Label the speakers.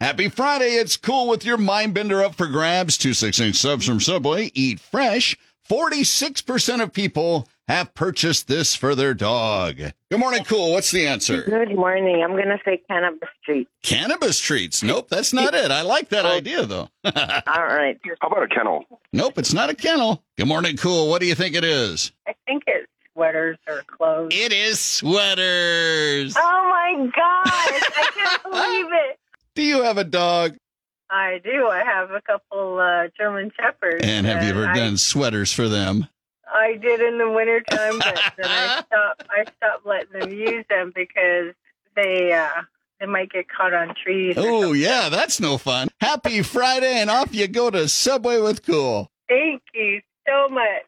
Speaker 1: Happy Friday. It's cool with your mind bender up for grabs. Two six inch subs from Subway. Eat fresh. 46% of people have purchased this for their dog. Good morning, cool. What's the answer?
Speaker 2: Good morning. I'm going to say cannabis treat.
Speaker 1: Cannabis treats. Nope, that's not it. I like that idea, though.
Speaker 2: All right.
Speaker 3: How about a kennel?
Speaker 1: nope, it's not a kennel. Good morning, cool. What do you think it is?
Speaker 4: I think it's sweaters or clothes.
Speaker 1: It is sweaters.
Speaker 2: Oh my gosh. I can't believe it.
Speaker 1: Do you have a dog?
Speaker 4: I do. I have a couple uh, German shepherds.
Speaker 1: And have you ever
Speaker 4: I,
Speaker 1: done sweaters for them?
Speaker 4: I did in the wintertime, but then I stopped. I stopped letting them use them because they uh, they might get caught on trees. or
Speaker 1: Oh,
Speaker 4: something.
Speaker 1: yeah, that's no fun. Happy Friday, and off you go to Subway with Cool.
Speaker 4: Thank you so much.